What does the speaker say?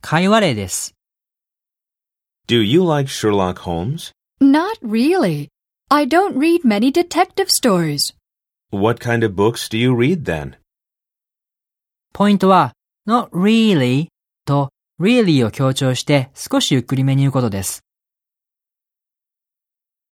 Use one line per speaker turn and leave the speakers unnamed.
会話例です。
Do you like Sherlock Holmes?
Not really. I don't read many detective stories.
What kind of books do you read then?
ポイントは、not really と really を強調して少しゆっくりめに言うことです。